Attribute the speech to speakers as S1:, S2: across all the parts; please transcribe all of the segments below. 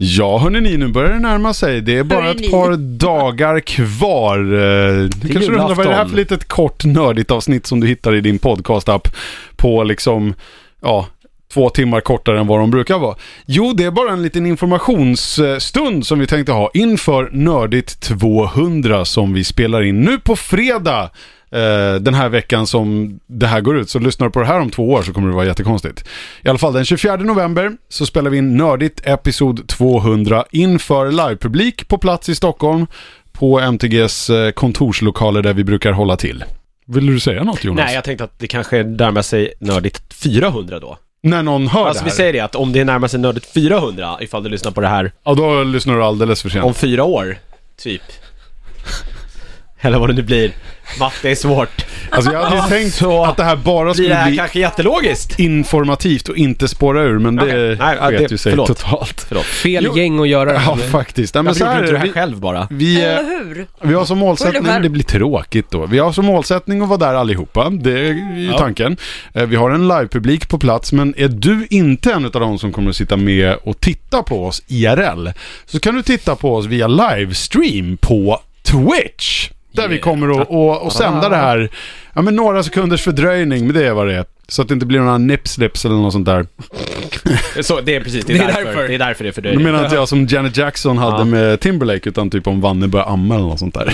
S1: Ja, hörni ni, nu börjar det närma sig. Det är bara
S2: Hörni
S1: ett
S2: ni.
S1: par dagar kvar. Eh, Du kanske du undrar vad är det här för litet kort nördigt avsnitt som du hittar i din podcastapp på liksom, ja, två timmar kortare än vad de brukar vara. Jo, det är bara en liten informationsstund som vi tänkte ha inför Nördigt 200 som vi spelar in nu på fredag. eh, Den här veckan som det här går ut. Så lyssnar du på det här om två år så kommer det vara jättekonstigt. I alla fall den 24 november så spelar vi in Nördigt Episod 200 inför livepublik på plats i Stockholm på MTGs eh, kontorslokaler där vi brukar hålla till. Vill du säga något Jonas?
S3: Nej, jag tänkte att det kanske närmar sig nördigt 400 då.
S1: När någon hör
S3: Alltså
S1: det
S3: vi
S1: här.
S3: säger det att om det närmar sig nördigt 400, ifall du lyssnar på det här
S1: Ja, då lyssnar du alldeles för sent.
S3: om fyra år, typ. Eller vad det nu blir. Matte är svårt.
S1: Alltså jag hade ju tänkt
S3: så
S1: att det här bara
S3: Blir det
S1: skulle
S3: här
S1: bli
S3: kanske jättelogiskt?
S1: informativt och inte spåra ur, men det
S3: Okej. Nej, ja,
S1: sket
S3: det-
S1: ju sig
S3: förlåt.
S1: totalt.
S3: Förlåt.
S4: Fel
S1: Jo.
S4: gäng att göra det här
S1: Ja,
S4: med.
S1: faktiskt. Nej, men
S3: Varför
S1: så
S3: gjorde
S1: här
S3: du
S1: är
S3: inte det
S1: det.
S3: här själv bara?
S1: Vi, vi, eh,
S2: Eller hur?
S1: vi har som målsättning,
S2: Ungefär.
S1: det blir tråkigt då, vi har som målsättning att vara där allihopa. Det är ju tanken. Eh, Vi har en livepublik på plats, men är du inte en av de som kommer att sitta med och titta på oss IRL, så kan du titta på oss via livestream på Twitch. Där vi kommer att och, och sända det här, ja men några sekunders fördröjning, men det är vad det är. Så att det inte blir några nipslips eller något sånt där.
S3: Så, det är precis, det är, därför. Det är därför det är för dig.
S1: Nu menar inte jag som Janet Jackson hade
S3: Ja.
S1: med Timberlake, utan typ om Vanne börjar amma eller något sånt där.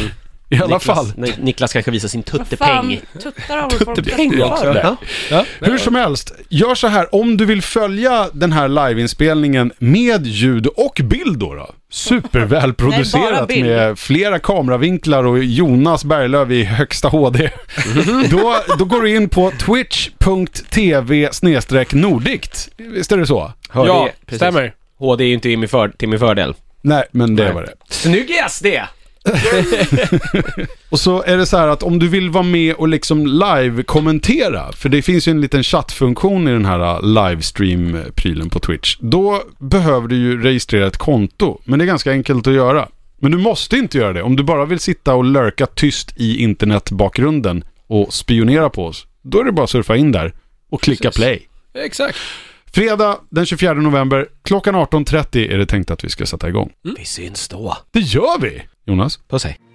S1: I alla fall.
S3: Niklas, Niklas kanske visar sin
S2: Vad fan,
S3: tuttepeng.
S2: tuttar har väl folk
S1: Tuttepeng
S2: flest
S1: också.
S2: för?
S1: Ja. Hur som helst, gör så här. Om du vill följa den här liveinspelningen med ljud och bild då. då
S2: Nej, bara
S1: supervälproducerat
S2: bild.
S1: med flera kameravinklar och Jonas Berglöf i högsta HD. då, då går du in på twitch.tv nordikt. Visst är det så?
S3: Hör
S4: Ja,
S3: det? Precis.
S4: stämmer.
S3: HD är ju inte till min, för, till min fördel.
S1: Nej, men det
S3: Nej.
S1: var det.
S3: Snygg SD!
S1: Och så är det så här att om du vill vara med och liksom live-kommentera, för det finns ju en liten chattfunktion i den här uh, livestream-prylen på Twitch, då behöver du ju registrera ett konto. Men det är ganska enkelt att göra. Men du måste inte göra det. Om du bara vill sitta och lurka tyst i internetbakgrunden och spionera på oss, då är det bara att surfa in där och klicka
S4: Precis.
S1: play.
S4: Exakt.
S1: Fredag den 24 november, klockan 18.30 är det tänkt att vi ska sätta igång.
S3: Vi syns då.
S1: Det gör vi! Jonas?
S3: Puss hej.